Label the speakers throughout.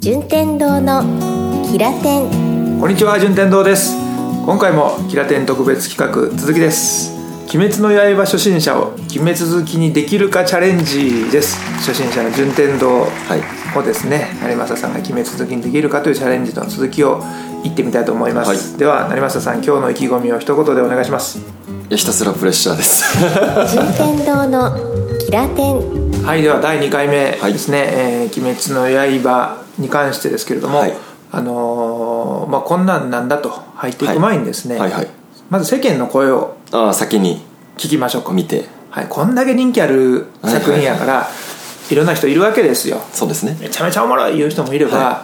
Speaker 1: 順天堂のキラテン
Speaker 2: こんにちは順天堂です今回もキラテン特別企画続きです鬼滅の刃初心者を鬼滅好きにできるかチャレンジです初心者の順天堂をですね、成政さんが鬼滅好きにできるかというチャレンジの続きを言ってみたいと思います、
Speaker 3: はい
Speaker 2: では成政さん今日の意気込みを一言でお願いします
Speaker 3: いやひたすらプレッシャーです
Speaker 1: 順天堂のキラテン
Speaker 2: はいでは第2回目ですね「えー鬼滅の刃」に関してですけれども、
Speaker 3: はい
Speaker 2: あのーまあ、こんなんなんだと入っていく前にですね、
Speaker 3: はいはい
Speaker 2: まず世間の声を
Speaker 3: ああ先に
Speaker 2: 聞きましょうか、
Speaker 3: 見て
Speaker 2: はい、こんだけ人気ある作品やから、いろんな人いるわけですよ
Speaker 3: そうですね
Speaker 2: めちゃめちゃおもろい言う人もいれば、
Speaker 3: は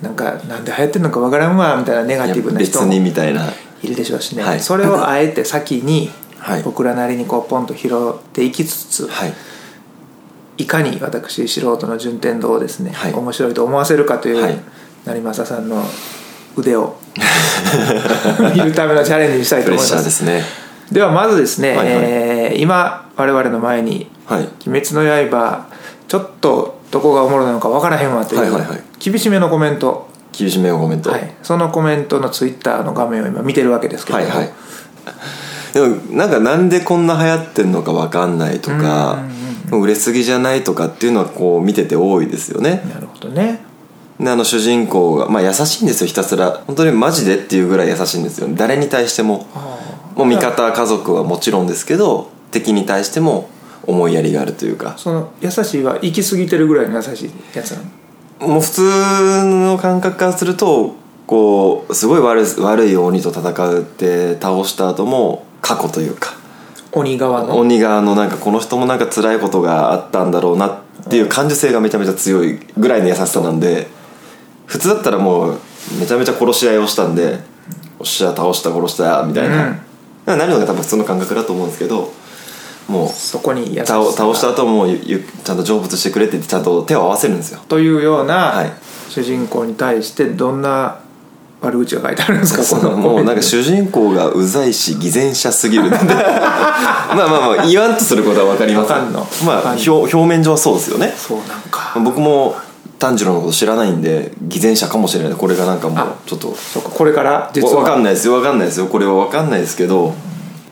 Speaker 2: なんかなんで流行ってんのかわからんわみたいなネガ
Speaker 3: いや
Speaker 2: ティブな
Speaker 3: 別
Speaker 2: 人も
Speaker 3: にみたいない
Speaker 2: るでしょうしね、
Speaker 3: はい
Speaker 2: それをあえて先に
Speaker 3: はい
Speaker 2: 僕らなりにこうポンと拾っていきつつ、
Speaker 3: はい
Speaker 2: いかに私素人の順天堂をですね、
Speaker 3: はい
Speaker 2: 面白いと思わせるかという、
Speaker 3: はい
Speaker 2: 成政さんの腕 を見るためのチャレンジにしたい
Speaker 3: プ
Speaker 2: と
Speaker 3: レッ
Speaker 2: 思い
Speaker 3: シ
Speaker 2: ま
Speaker 3: ャー
Speaker 2: す
Speaker 3: ですね
Speaker 2: ではまずですね、
Speaker 3: はいはい
Speaker 2: えー今我々の前に
Speaker 3: はい
Speaker 2: 「鬼滅の刃」ちょっとどこがおもろなのかわからへんわという、
Speaker 3: はいはいはい
Speaker 2: 厳しめのコメント、
Speaker 3: 厳しめをコメント
Speaker 2: はいそのコメントのツイッターの画面を今見てるわけですけど
Speaker 3: はい
Speaker 2: も、
Speaker 3: はい でもなんかなんでこんな流行ってんのかわかんないとか売れすぎじゃないとかっていうのはこう見てて多いですよね
Speaker 2: なるほどね
Speaker 3: であの主人公が、まあ、優しいんですよひたすら本当にマジでっていうぐらい優しいんですよ誰に対してももう味方家族はもちろんですけど敵に対しても思いやりがあるというか
Speaker 2: その優しいは行き過ぎてるぐらいの優しいやつなの
Speaker 3: もう普通の感覚からするとこうすごい悪い悪い鬼と戦って倒した後も過去というか
Speaker 2: 鬼側の
Speaker 3: 鬼側のなんかこの人もなんか辛いことがあったんだろうなっていう感受性がめちゃめちゃ強いぐらいの優しさなんで普通だったらもうめちゃめちゃ殺し合いをしたんで「おっしゃ倒した殺した」みたいな、
Speaker 2: うん
Speaker 3: なるのが多分普通の感覚だと思うんですけどもう
Speaker 2: そこに優しさ
Speaker 3: 倒倒した後もゆゆちゃんと成仏してくれって言ってちゃんと手を合わせるんですよ
Speaker 2: というよう
Speaker 3: は
Speaker 2: ない主人公に対してどんな悪口が書いてあるんですか
Speaker 3: そ
Speaker 2: この
Speaker 3: うもうな
Speaker 2: コメ
Speaker 3: んか
Speaker 2: ント
Speaker 3: 主人公がうざいし偽善者すぎ るまあまあまあ言わんとすることは分かります
Speaker 2: わかんのわ
Speaker 3: ま
Speaker 2: か
Speaker 3: あ
Speaker 2: んの
Speaker 3: 表表面上はそうですよね
Speaker 2: そうなんか
Speaker 3: 僕も炭治郎のこと知らないんで偽善者かもしれないこれがなんかもうちょっと
Speaker 2: そうかこれから実
Speaker 3: わ分か
Speaker 2: は
Speaker 3: んないですよ分かんないですよこれは分かんないですけど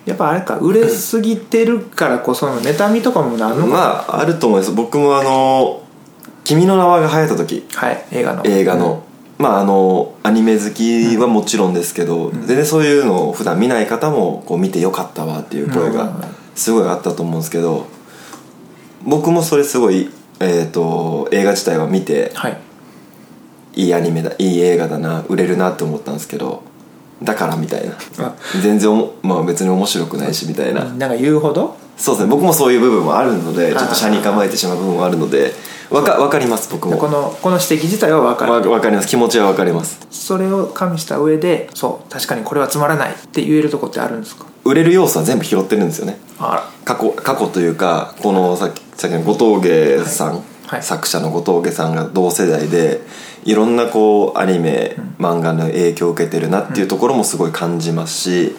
Speaker 2: やっぱあれか売れすぎてるからこその妬みとかもなんのか
Speaker 3: まああると思います僕もあの「君の名は」が流行った時
Speaker 2: はい映画の
Speaker 3: 映画の、まああのアニメ好きはもちろんですけど、全然そういうのを普段見ない方もこう見てよかったわっていう声
Speaker 2: うん
Speaker 3: がすごいあったと思うんですけど僕もそれすごい、えー、と映画自体は見て
Speaker 2: はい
Speaker 3: いいアニメだいい映画だな売れるなって思ったんですけどだからみたいな
Speaker 2: あ
Speaker 3: 全然おも、まあ、別に面白くないしみたいな、
Speaker 2: なんか言うほど
Speaker 3: そうですね僕もそういう部分もあるので
Speaker 2: い
Speaker 3: ちょっと車に構えてしまう部分もあるのでわかわかります僕も
Speaker 2: こ
Speaker 3: わ
Speaker 2: のこの指摘自体は分かる、
Speaker 3: わかります気持ちはわかります
Speaker 2: それを加味した上でそう確かにこれはつまらないって言えるとこってあるんですか
Speaker 3: 売れる要素は全部拾ってるんですよね
Speaker 2: あ
Speaker 3: 過去過去というかこのさっきさっきの後藤家さん、
Speaker 2: はい
Speaker 3: 作者の後藤家さんが同世代でいろんなこうアニメ、漫画の影響を受けてるなっていうところもすごい感じますし、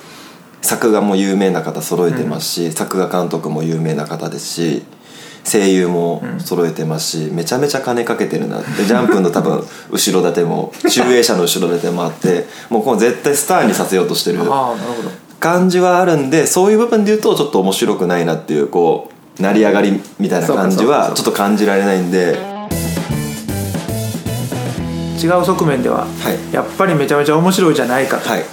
Speaker 3: 作画も有名な方揃えてますし、作画監督も有名な方ですし声優も揃えてますし、めちゃめちゃ金かけてるなってジャンプの 多分後ろ盾も集英社の後ろ盾もあってもうこの絶対スターにさせようとしてる
Speaker 2: らああなるほど
Speaker 3: 感じはあるんでそういう部分で言うとちょっと面白くないなっていうこう成り上がりみたいな感じはちょっと感じられないんで
Speaker 2: 違う側面では、
Speaker 3: い
Speaker 2: やっぱりめちゃめちゃ面白いじゃないかと、
Speaker 3: はい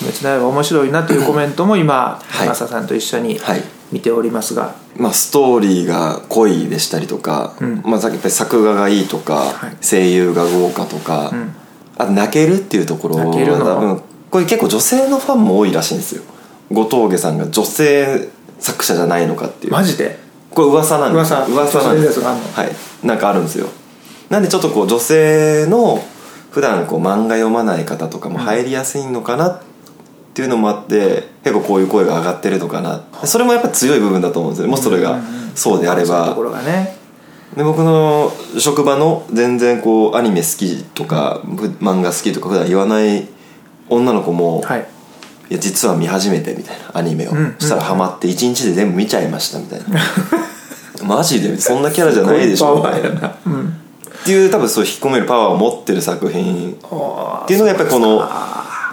Speaker 2: 鬼滅の刃面白いなというコメントも今、
Speaker 3: はい
Speaker 2: マサさんと一緒に
Speaker 3: はい
Speaker 2: 見ておりますが、
Speaker 3: まあストーリーが濃いでしたりとか、
Speaker 2: ん
Speaker 3: まあさっきやっぱり作画がいいとか、
Speaker 2: い
Speaker 3: 声優が豪華とか、
Speaker 2: ん
Speaker 3: あと泣けるっていうところ
Speaker 2: 泣けるの
Speaker 3: 多分これ結構女性のファンも多いらしいんですよ後藤家さんが女性作者じゃないのかっていう
Speaker 2: マジで
Speaker 3: これ噂なんです
Speaker 2: 噂
Speaker 3: 噂なん
Speaker 2: 女性
Speaker 3: です
Speaker 2: のやつがあんの
Speaker 3: はいなんかあるんですよなんでちょっとこう女性の普段こう漫画読まない方とかも入りやすいのかなっていうのもあって結構こういう声が上がってるのかなそれもやっぱ強い部分だと思うんですよねもしそれがそうであれ
Speaker 2: そういうと
Speaker 3: ば
Speaker 2: ころがね
Speaker 3: で僕の職場の全然こうアニメ好きとかふ漫画好きとか普段言わない女の子も、
Speaker 2: はい
Speaker 3: いや実は見始めてみたいなアニメを、
Speaker 2: ん
Speaker 3: そしたらハマって1日で全部見ち ゃいましたみたいなマジでそんなキャラじゃないでしょ
Speaker 2: こう
Speaker 3: みた
Speaker 2: いうパワー
Speaker 3: いな
Speaker 2: やなうん
Speaker 3: っていう多分そう引き込めるパワーを持ってる作品っていうのがやっぱりこの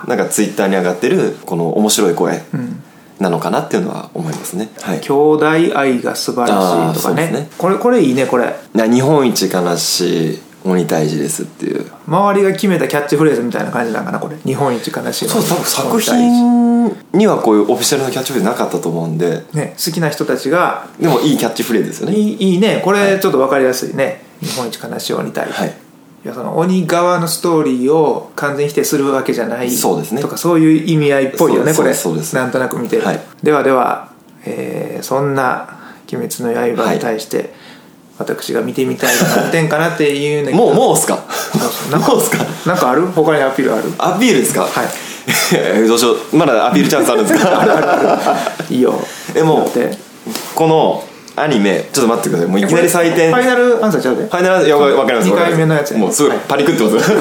Speaker 3: なんかツイッターに上がってるこの面白い声なのかなっていうのは思いますね、はい
Speaker 2: 兄弟愛が素晴らしいとか
Speaker 3: あーそうです
Speaker 2: ね
Speaker 3: ね
Speaker 2: これこれいいねこれ
Speaker 3: な日本一悲しい鬼退治ですっていう
Speaker 2: 周りが決めたキャッチフレーズみたいな感じなんかなこれ日本一悲しいの
Speaker 3: そう多分作品にはこういうオフィシャルなキャッチフレーズなかったと思うんで
Speaker 2: ね好きな人たちが
Speaker 3: でもいいキャッチフレーズですよね
Speaker 2: いいいいねこれちょっと分かりやすいね、日本一悲しい鬼対、
Speaker 3: はい
Speaker 2: いやその鬼側のストーリーを完全否定するわけじゃない
Speaker 3: そうですね
Speaker 2: とかそういう意味合いっぽいよねこ
Speaker 3: そうで
Speaker 2: れ
Speaker 3: すそうですそうで
Speaker 2: な
Speaker 3: す
Speaker 2: んとなく見てると、
Speaker 3: はい
Speaker 2: ではでは、えーそんな「鬼滅の刃」に対して、私が見てみたいな点かなっていうね
Speaker 3: もうもうっすか
Speaker 2: なんか
Speaker 3: もうっすか
Speaker 2: なんかある他にアピールある
Speaker 3: アピールですかはい どうしようまだアピールチャンスあるんで すか
Speaker 2: いいよ
Speaker 3: えもう
Speaker 2: だって
Speaker 3: このアニメちょっと待ってくださいもういきなり採点
Speaker 2: ファイ
Speaker 3: フ
Speaker 2: ナルアンサーちゃうで
Speaker 3: ァイナルいやわかります
Speaker 2: 二
Speaker 3: わかりま
Speaker 2: 回
Speaker 3: す
Speaker 2: 目のやつやね
Speaker 3: もうすごい
Speaker 2: はい
Speaker 3: パリクってます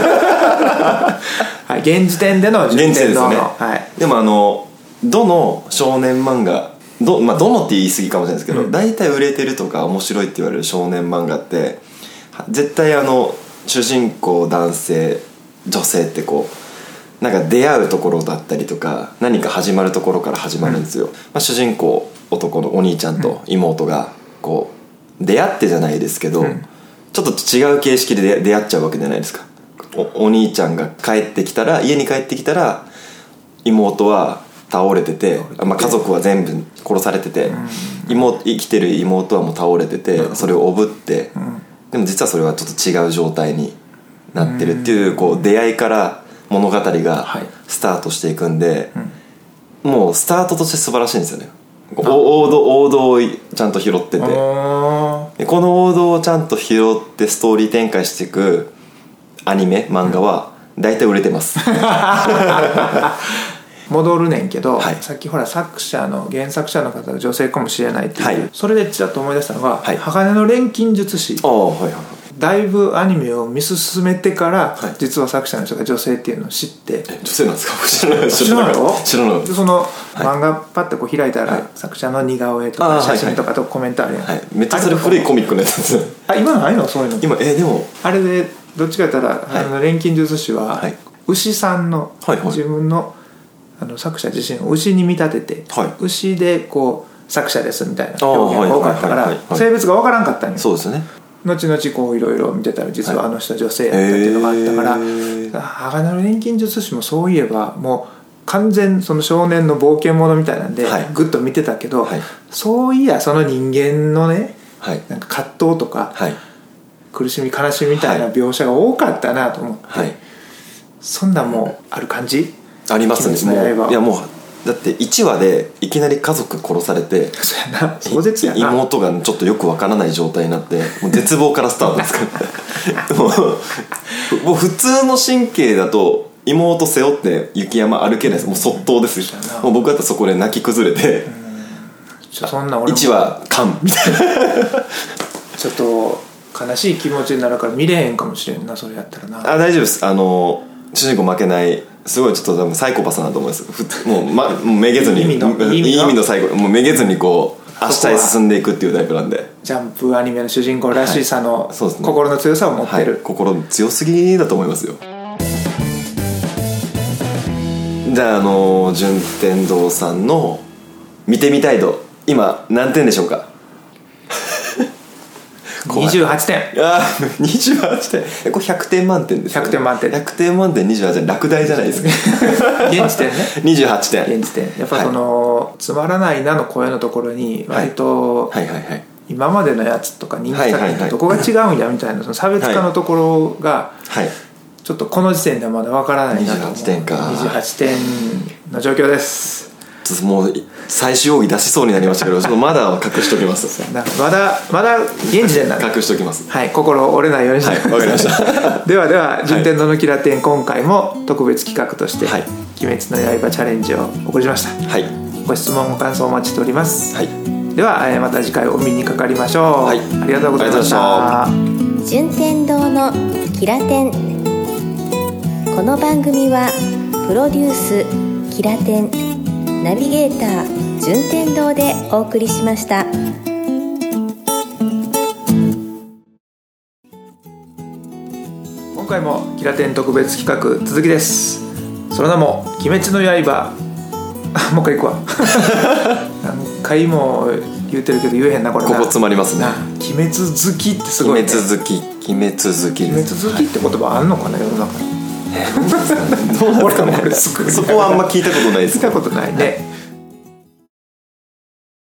Speaker 2: はい、現時点での
Speaker 3: 現地でです
Speaker 2: の
Speaker 3: ね
Speaker 2: はい、
Speaker 3: でもあのどの少年漫画ど,、まあ、どのって言い過ぎかもしれないですけど大体、売れてるとか面白いって言われる少年漫画っては絶対あの主人公男性女性ってこうなんか出会うところだったりとか何か始まるところから始まるんですよ、まあ、主人公男のお兄ちゃんと妹がこう出会ってじゃないですけど、ちょっと違う形式で出出会っちゃうわけじゃないですかおお兄ちゃんが帰ってきたら家に帰ってきたら妹は倒れてて、まあ、家族は全部殺されてて、妹生きてる妹はもう倒れててそれをおぶって、でも実はそれはちょっと違う状態になってるっていう,、こう出会いから物語が
Speaker 2: はい
Speaker 3: スタートしていくんで、もうスタートとして素晴らしいんですよねお王道王道をちゃんと拾ってて
Speaker 2: お
Speaker 3: でこの王道をちゃんと拾ってストーリー展開していくアニメ漫画は大体売れてます
Speaker 2: ー戻るねんけど、
Speaker 3: はい
Speaker 2: さっきほら作者の原作者の方が女性かもしれないっていう、
Speaker 3: はい
Speaker 2: それでちらっと思い出したのが「
Speaker 3: はい
Speaker 2: 鋼の錬金術師
Speaker 3: ああはいはいはい」
Speaker 2: だいぶアニメを見進めてから、
Speaker 3: はい
Speaker 2: 実は作者の人が女性っていうのを知って
Speaker 3: 女性なんですか知らない
Speaker 2: 知らないの
Speaker 3: 知らない
Speaker 2: でその、漫画パッてこう開いたら、
Speaker 3: はい
Speaker 2: 作者の似顔絵とか
Speaker 3: あーはいは
Speaker 2: 写
Speaker 3: い
Speaker 2: 真とかとコメントあるやん、
Speaker 3: はいめっちゃそれ古いコミックのやつですね
Speaker 2: あ今のああいうのそういうの
Speaker 3: 今えでも
Speaker 2: あれでどっちかやったら、
Speaker 3: い
Speaker 2: あの錬金術師は、
Speaker 3: はい
Speaker 2: 牛さんの、
Speaker 3: はいはい
Speaker 2: 自分のあの作者自身を牛に見立てて、
Speaker 3: はい
Speaker 2: 牛でこう作者ですみたいな
Speaker 3: あー
Speaker 2: 表現が多かったか
Speaker 3: はいはいはいは
Speaker 2: ら
Speaker 3: い
Speaker 2: 性別が分からんかったんよ
Speaker 3: そうですね
Speaker 2: 後々こういろいろ見てたら実はあの人女性やった
Speaker 3: はい
Speaker 2: っていうのがあったから
Speaker 3: へー
Speaker 2: 鋼の錬金術師もそういえばもう完全その少年の冒険者みたいなんで
Speaker 3: はい
Speaker 2: グッと見てたけど、
Speaker 3: はい
Speaker 2: そういやその人間のね
Speaker 3: はい
Speaker 2: なんか葛藤とか、
Speaker 3: はい
Speaker 2: 苦しみ悲しみみたいな描写が多かったなと思って、
Speaker 3: はい
Speaker 2: そんなんもうある感じ
Speaker 3: ありますね
Speaker 2: 鬼滅の
Speaker 3: も
Speaker 2: 刃
Speaker 3: ういやもうだって1話でいきなり家族殺されて
Speaker 2: そうやな壮絶やな
Speaker 3: 妹がちょっとよくわからない状態になってもう絶望からスタートです からもうもう普通の神経だと妹背負って雪山歩けないですもう即答ですよ
Speaker 2: うやな
Speaker 3: もう僕だったらそこで泣き崩れて
Speaker 2: ちょそんな俺も
Speaker 3: 1
Speaker 2: ちょ
Speaker 3: 話完みたいな
Speaker 2: っと悲しい気持ちになるから見れへんかもしれんなそれやったらな
Speaker 3: あ大丈夫ですあの主人公負けないすごいちょっと多分サイコパスなんだと思いますふつもう,、 ま、もうめげず
Speaker 2: い
Speaker 3: に
Speaker 2: い意味の
Speaker 3: うん
Speaker 2: いい意味の
Speaker 3: いい意味のサイコもうめげずにこう明日へ進んでいくっていうタイプなんで
Speaker 2: ジャンプアニメの主人公らしさの、
Speaker 3: はいそうですね
Speaker 2: 心の強さを持ってる、
Speaker 3: はい、心強すぎだと思いますよじゃああの順天堂さんの見てみたい度今何点でしょうか怖い
Speaker 2: 28点
Speaker 3: あー28点えこれ100点満点ですよ、
Speaker 2: 100点満点
Speaker 3: 100点満点28点落第じゃないです か
Speaker 2: 現 時点ね
Speaker 3: 28点
Speaker 2: 現時点やっぱその、つまらないな」の声のところに割と、
Speaker 3: はいはいはい
Speaker 2: 今までのやつとか人気作
Speaker 3: はいはい
Speaker 2: 品
Speaker 3: はい
Speaker 2: とどこが違うんやみたいなその差別化のところが、
Speaker 3: はい
Speaker 2: ちょっとこの時点ではまだわからないなと思う
Speaker 3: 28点か
Speaker 2: 28点の状況です
Speaker 3: ちょっともう最終奥義出しそうになりましたけどちょっとまだ隠しときます
Speaker 2: なんかまだまだ現時点なんで
Speaker 3: 隠しときます
Speaker 2: はい心折れないようにし
Speaker 3: はいわかりました
Speaker 2: ではでは「順天堂のキラテン」今回も特別企画として「
Speaker 3: はい
Speaker 2: 鬼滅の刃」チャレンジをお送りしました
Speaker 3: はい
Speaker 2: ご質問ご感想お待ちしております、
Speaker 3: はい
Speaker 2: ではえーまた次回お見にかかりましょう、
Speaker 3: はい
Speaker 2: ありがとうございまし
Speaker 3: ありがとうございま
Speaker 2: た
Speaker 1: 順天堂のキラテンこの番組はプロデュースキラテンナビゲーター順天堂でお送りしました。
Speaker 2: 今回もキラテン特別企画続きですその名も「鬼滅の刃」あもう一回行く わ何回も言ってるけど言えへんなこれな
Speaker 3: ここ詰まりますね
Speaker 2: な鬼滅好きってすごい、
Speaker 3: 鬼
Speaker 2: ね、
Speaker 3: 滅好き鬼滅好き
Speaker 2: 鬼
Speaker 3: で
Speaker 2: 滅
Speaker 3: す
Speaker 2: 好きって言葉あんのかな世の中に
Speaker 3: どうなんですか
Speaker 2: 俺もこれ
Speaker 3: ね
Speaker 2: すごい
Speaker 3: そこはあんま聞いたことないで
Speaker 2: 聞
Speaker 3: す
Speaker 2: いたことないね